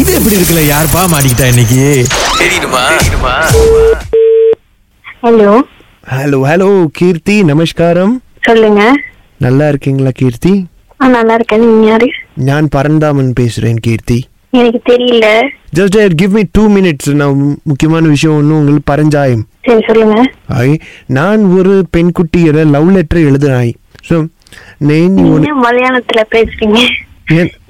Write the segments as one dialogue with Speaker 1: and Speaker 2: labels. Speaker 1: இது எப்படி இருக்குல்ல யாருப்பா மாட்டிக்கிட்டா இன்னைக்கு
Speaker 2: ஹலோ
Speaker 3: ஹலோ ஹலோ கீர்த்தி நமஸ்காரம்
Speaker 2: சொல்லுங்க
Speaker 3: நல்லா இருக்கீங்களா கீர்த்தி
Speaker 2: ஆ நல்லா இருக்கேன் நீங்க யாரு
Speaker 3: நான் பரந்தாமன் பேசுறேன் கீர்த்தி
Speaker 2: எனக்கு தெரியல
Speaker 3: just give me two minutes நான் முக்கியமான விஷயம் ஒன்று உங்களுக்கு பரஞ்சாயம்
Speaker 2: சரி சொல்லுங்க
Speaker 3: ஐ நான் ஒரு பெண் குட்டியோட லவ் லெட்டர் எழுதுனாய் ஸோ நேன்
Speaker 2: நீங்க மலையாளத்துல பேசுறீங்க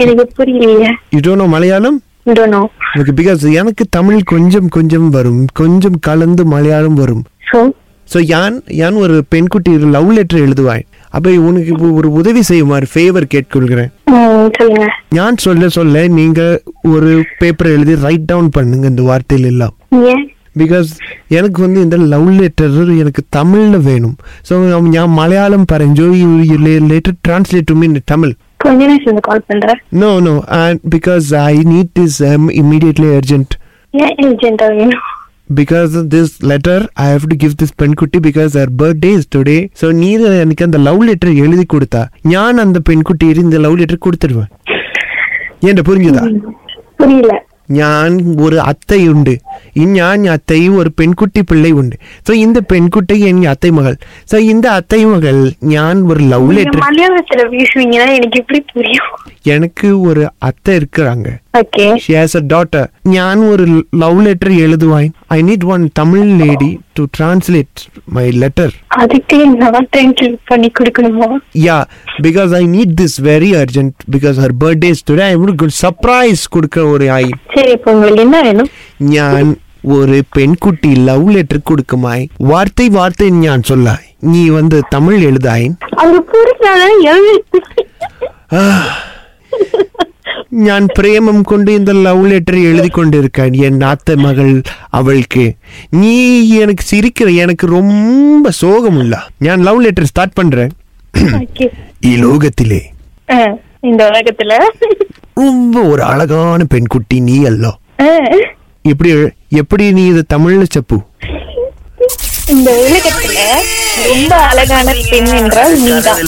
Speaker 2: எனக்கு புரியலையே
Speaker 3: யூ மலையாளம்
Speaker 2: டோனோ
Speaker 3: எனக்கு பிகாஸ் எனக்கு தமிழ் கொஞ்சம் கொஞ்சம் வரும் கொஞ்சம் கலந்து மலையாளம் வரும்
Speaker 2: சோ
Speaker 3: ஸோ யான் யான் ஒரு பெண்குட்டி லவ் லெட்டர் எழுதுவாய் அப்போ உனக்கு இப்போ ஒரு உதவி செய்யுமாறு ஃபேவர் கேட்டுக்கொள்கிறேன்
Speaker 2: சொல்லுங்க
Speaker 3: நான் சொல்ல சொல்ல நீங்க ஒரு பேப்பர் எழுதி ரைட் டவுன் பண்ணுங்க இந்த வார்த்தையில எல்லாம்
Speaker 2: ஏன்
Speaker 3: பிகாஸ் எனக்கு வந்து இந்த லவ் லெட்டர் எனக்கு தமிழ்ல வேணும் ஸோ ஞான் மலையாளம் பரஞ்சோ லேட்டர் டிரான்ஸ்லேட் டு மீன் தமிழ்
Speaker 2: கொஞ்ச நேரம் சேர்ந்து கால் பண்றேன்
Speaker 3: no no and because I need is immediately urgent
Speaker 2: ஏன் ஏஜென்டா வேணும்
Speaker 3: because this letter I have to give this பெண்குட்டி because her birthday is today so நீ எனக்கு அந்த லவ் லெட்டர் எழுதி கொடுத்தா ஞான் அந்த பெண்குட்டி இந்த லவ் லெட்டர் கொடுத்துடுவேன் ஏன்டா புரிஞ்சுதா
Speaker 2: புரியல
Speaker 3: ഞാൻ ഒരു അത്തയുണ്ട് ഈ ഞാൻ അത്തയും ഒരു പെൺകുട്ടി പിള്ളയുണ്ട് സോ ഇന്ന പെൺകുട്ടി എനിക്ക് അത്തൈ മകൾ സോ ഇന്ന അത്തൈ മകൾ ഞാൻ ഒരു ലവ്
Speaker 2: நீங்க
Speaker 3: ലെറ്റർ
Speaker 2: மலையாளத்துல பேசுவீங்கன்னா எனக்கு எப்படி புரியும்
Speaker 3: எனக்கு ஒரு அத்தை இருக்கிறாங்க
Speaker 2: okay
Speaker 3: she has a daughter ഞാൻ ഒരു ലവ് ലെറ്റർ എഴുതുവാൻ I need one Tamil lady to translate my letter
Speaker 2: அதுக்கு நான் தேங்க்யூ பண்ணி கொடுக்கணுமா
Speaker 3: yeah because I need this very urgent because her birthday's today I would surprise കൊടുക്ക ഒരു ഐ
Speaker 2: சரி இப்போ உங்களுக்கு என்ன வேணும்
Speaker 3: ഞാൻ ഒരു പെൺകുട്ടി ലവ് ലെറ്റർ കൊടുക്കുമായി വാർത്തൈ വാർത്തൈ ഞാൻ സൊല്ലായി നീ വന്ന് തമിഴ് എഴുതായി
Speaker 2: அது புரியல எழுதி
Speaker 3: Ah. ഞാൻ പ്രേമം കൊണ്ട് இந்த ലവ് ലെറ്റർ எழுதி கொண்டிருக்கேன் என் நாத்த மகள் அவளுக்கு நீ எனக்கு சிரிக்கிற எனக்கு ரொம்ப சோகமுள்ள ഞാൻ ലവ് ലെറ്റർ സ്റ്റാർട്ട് பண்றேன்
Speaker 2: ஓகே
Speaker 3: ഈ ലോകത്തിലെ
Speaker 2: அஹ், இந்த உலகத்துல
Speaker 3: ரொம்ப ஒரு அழகான பெண்குட்டி நீ அல்லோ
Speaker 2: அஹ்,
Speaker 3: எப்படி எழு- எப்படி நீ இது தமிழ்ல செப்பு
Speaker 2: இந்த உலகத்துல ரொம்ப அழகான பெண் என்றால் நீதான்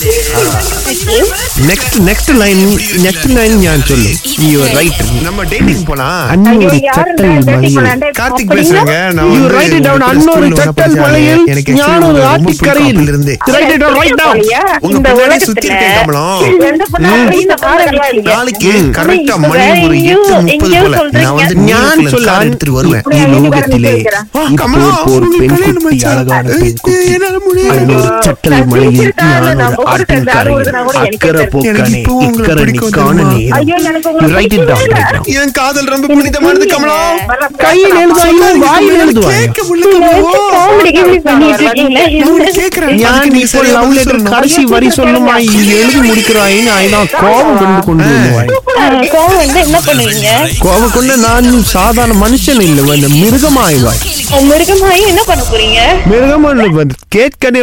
Speaker 2: Okay.
Speaker 3: Next next line next line ஞான் சொல்லு நீ ரைட்
Speaker 1: நம்ம டேட்டிங் போனா
Speaker 2: ஐயோ,
Speaker 3: அன்னொரு
Speaker 2: யாரு இந்த
Speaker 3: சட்டல்
Speaker 2: dirty
Speaker 3: மலையில்
Speaker 2: பண்ணாண்டே
Speaker 1: கார்த்திக்
Speaker 2: பாப்பீங்களா?
Speaker 1: பேசுறேங்க நான்
Speaker 3: You
Speaker 1: வந்து
Speaker 3: write it down.
Speaker 1: உங்க
Speaker 3: அன்னொரு
Speaker 1: ஸ்கூல்ல
Speaker 3: சட்டல்
Speaker 1: படிச்ச
Speaker 3: மலையில்
Speaker 1: ஆளு. எனக்கு actually
Speaker 3: ஞான ஒரு
Speaker 1: உங்களை ரொம்ப
Speaker 3: ஆட்டுக்கரையில்.
Speaker 1: பிடிக்கும் இருந்தே.
Speaker 3: Write it down right now.
Speaker 2: ஐயா,
Speaker 1: உங்க
Speaker 2: இந்த
Speaker 1: பின்னாடி
Speaker 2: உலகத்துல
Speaker 1: சுத்தி இருக்கேன் கமலம்.
Speaker 2: எந்த பொண்ணு அப்படி இந்த பாடலாம் இல்லையா?
Speaker 1: நாளைக்கு
Speaker 3: ம்.
Speaker 1: கரெக்டா
Speaker 2: இப்ப
Speaker 1: மணி
Speaker 2: வேற
Speaker 1: ஒரு
Speaker 2: எங்கேயோ-
Speaker 1: எட்டு முப்பது
Speaker 2: எங்கேயோ
Speaker 1: போல
Speaker 2: சொல்றீங்க.
Speaker 1: நான் வந்து
Speaker 3: ஞான்
Speaker 1: நியூயார்க்ல
Speaker 3: சொல்லான்.
Speaker 1: கார் எடுத்துட்டு வருவேன்
Speaker 2: இப்படி
Speaker 3: இந்த
Speaker 2: அழகு
Speaker 3: லோகத்திலே
Speaker 2: வர்ணிக்கிறா.
Speaker 1: ஆ, கமலா,
Speaker 3: இப்போது ஒரு
Speaker 1: உனக்கு
Speaker 3: பெண்
Speaker 1: கல்யாணம்
Speaker 3: குட்டி
Speaker 1: ஆச்சா?
Speaker 3: அழகான
Speaker 1: ஐயோ,
Speaker 3: பெண் குட்டி
Speaker 1: என்னால முடியல.
Speaker 3: அன்னொரு சட்டல்
Speaker 2: நான்
Speaker 3: மலையில்
Speaker 2: சிரிச்சிட்டா
Speaker 3: நான்
Speaker 2: நான்
Speaker 3: ஒரு
Speaker 2: உங்க கூட
Speaker 3: ஆட்டின்
Speaker 2: சேர்ந்து
Speaker 3: கரையில்.
Speaker 2: அறுபது நாள்
Speaker 3: அக்கறை
Speaker 2: எனக்கு
Speaker 3: போக்கானே
Speaker 1: இப்போ உங்களை
Speaker 3: இக்கரை
Speaker 1: பிடிக்கும்
Speaker 3: நிக்கான
Speaker 1: தெரியுமா?
Speaker 3: நேரம்
Speaker 2: ஐயோ, எனக்கு உங்களை
Speaker 3: Write it down, write
Speaker 2: பிடிக்கவே இல்லை.
Speaker 3: it down.
Speaker 1: என் காதல் ரொம்ப
Speaker 2: எனக்கு
Speaker 1: பிடித்தமானது
Speaker 2: புரியல.
Speaker 1: கமலா
Speaker 2: வர-
Speaker 3: கையில் எழுதுவாயோ வாயில் எழுதுவாயோ
Speaker 1: கேட்க முடியல கமலா
Speaker 2: comedy கிமடி பண்ணிட்டு இருக்கீங்களா?
Speaker 1: நான் உன்னை கேட்கிறேன்
Speaker 3: ஞான்
Speaker 1: அதுக்கு நீ
Speaker 3: இப்போ
Speaker 1: சரியா
Speaker 3: லவ்
Speaker 1: பதில்
Speaker 3: லெட்டர்
Speaker 1: சொல்லணும்.
Speaker 3: கடைசி வரி சொல்லுமா இது எழுதி முடிக்கிறாயின்னு நான் கோபம் கொண்டு கொண்டு வருவாய்
Speaker 2: அஹ், கோவம் வந்து என்ன பண்ணுவீங்க
Speaker 3: கோபம் கொண்டு நான் சாதாரண மனுஷன் இல்லை இந்த மிருகமாயிவாய்
Speaker 2: உன் மிருகமாயி என்ன பண்ண போறீங்க
Speaker 3: மிருகமான கேட்கனே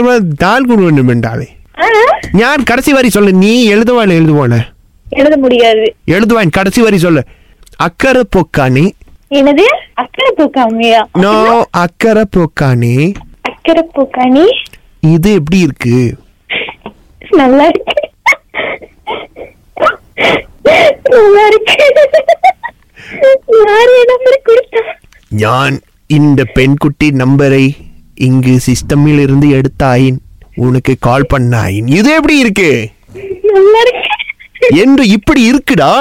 Speaker 3: தால் கொண்டு வேண்டும் என்றாலே
Speaker 2: அஹ்,
Speaker 3: ஞான் கடைசி வரி சொல்லு நீ எழுதுவாள் எழுதுவான
Speaker 2: எழுத முடியாது
Speaker 3: எழுதுவான் கடைசி வரி சொல்லு அக்கறை போக்கானே
Speaker 2: என்னது அக்கறை பூக்காமையா
Speaker 3: நோ அக்கறை போக்கானே
Speaker 2: அக்கறை பூக்காணி
Speaker 3: இது எப்படி இருக்கு
Speaker 2: நல்லா இருக்கு நல்லா இருக்கு யாரு நம்பர் கொடுத்தா
Speaker 3: ஞான் இந்த பெண்குட்டி நம்பரை இங்கு சிஸ்டமில் இருந்து எடுத்தாயின் உனக்கு கால் பண்ணாயின் இது எப்படி இருக்கு
Speaker 2: நல்லா இருக்கு
Speaker 3: என்று இப்படி இருக்குடா